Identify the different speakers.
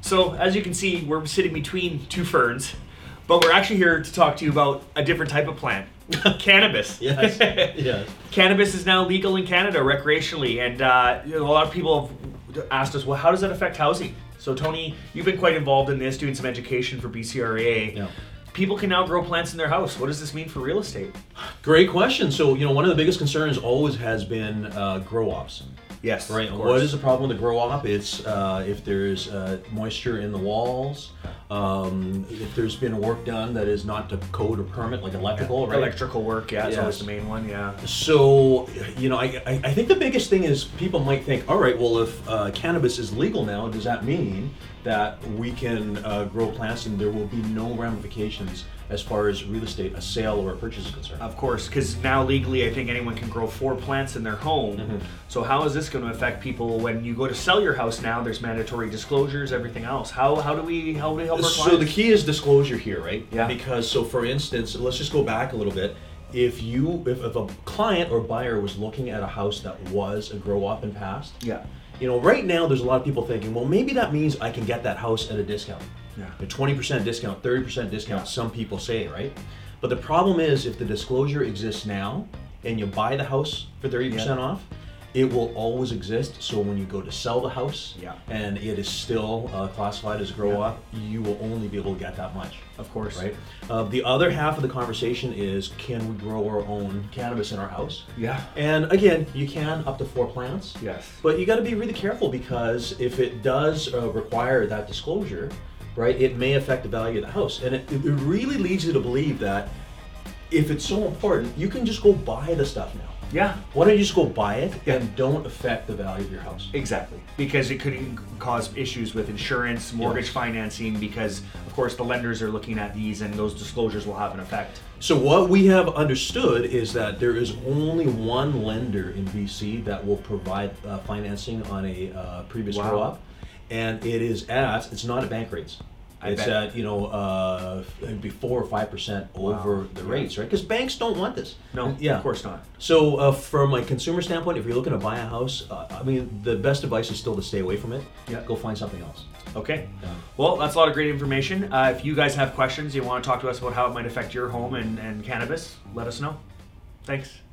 Speaker 1: So, as you can see, we're sitting between two ferns, but we're actually here to talk to you about a different type of plant cannabis.
Speaker 2: Yes. yes.
Speaker 1: Cannabis is now legal in Canada recreationally, and uh, you know, a lot of people have asked us, well, how does that affect housing? So, Tony, you've been quite involved in this, doing some education for BCRA.
Speaker 2: Yeah.
Speaker 1: People can now grow plants in their house. What does this mean for real estate?
Speaker 2: Great question. So, you know, one of the biggest concerns always has been uh, grow ops.
Speaker 1: Yes.
Speaker 2: Right.
Speaker 1: of
Speaker 2: What
Speaker 1: course.
Speaker 2: is the problem with the grow op? It's uh, if there's uh, moisture in the walls, um, if there's been work done that is not to code or permit, like electrical, right?
Speaker 1: electrical work? Yeah, that's always
Speaker 2: Yes.
Speaker 1: the main one. Yeah.
Speaker 2: So, you know, I, I, I think the biggest thing is people might think, all right, well, if uh, cannabis is legal now, does that mean that we can uh, grow plants and there will be no ramifications as far as real estate, a sale or a purchase is concerned?
Speaker 1: Of course, because now legally, I think anyone can grow four plants in their home.
Speaker 2: Mm-hmm.
Speaker 1: So how is this going to affect people when you go to sell your house? Now there's mandatory disclosures, everything else. How how do we how do we help our
Speaker 2: So the
Speaker 1: clients?
Speaker 2: key is disclosure here, right?
Speaker 1: Yeah.
Speaker 2: Because so for instance, let's just go back a little bit. If you if, if a client or buyer was looking at a house that was a grow up and past,
Speaker 1: yeah,
Speaker 2: you know, right now there's a lot of people thinking, well, maybe that means I can get that house at a discount.
Speaker 1: Yeah.
Speaker 2: A 20% discount, 30% discount,
Speaker 1: Yeah.
Speaker 2: some people say, right? But the problem is if the disclosure exists now and you buy the house for 30%
Speaker 1: Yeah.
Speaker 2: off, it will always exist. So when you go to sell the house
Speaker 1: Yeah.
Speaker 2: and it is still uh, classified as grow up, you will only be able to get that much.
Speaker 1: of course.
Speaker 2: Right. Uh, the other half of the conversation is can we grow our own cannabis in our house?
Speaker 1: Yeah.
Speaker 2: And again, you can up to four plants.
Speaker 1: Yes.
Speaker 2: But you got to be really careful because if it does uh, require that disclosure, right, it may affect the value of the house. And it, it really leads you to believe that if it's so important, you can just go buy the stuff now.
Speaker 1: Yeah.
Speaker 2: Why don't you just go buy it
Speaker 1: Yeah.
Speaker 2: and don't affect the value of your house?
Speaker 1: Exactly, because it could even cause issues with insurance, mortgage financing, because of course the lenders are looking at these, and those disclosures will have an effect.
Speaker 2: So what we have understood is that there is only one lender in BC that will provide uh, financing on a uh, previous
Speaker 1: Wow.
Speaker 2: grow up, and it is at it's not at bank rates.
Speaker 1: I
Speaker 2: it's
Speaker 1: bet.
Speaker 2: at you know uh, it'd be four or five percent over the
Speaker 1: Yeah.
Speaker 2: rates, right? Because banks don't want this.
Speaker 1: No,
Speaker 2: yeah,
Speaker 1: of course not.
Speaker 2: So uh, from a consumer standpoint, if you're looking to buy a house, uh, I mean the best advice is still to stay away from it.
Speaker 1: Yeah.
Speaker 2: go find something else.
Speaker 1: Okay.
Speaker 2: Yeah.
Speaker 1: Well, that's a lot of great information. Uh, if you guys have questions, you want to talk to us about how it might affect your home and, and cannabis, let us know. Thanks.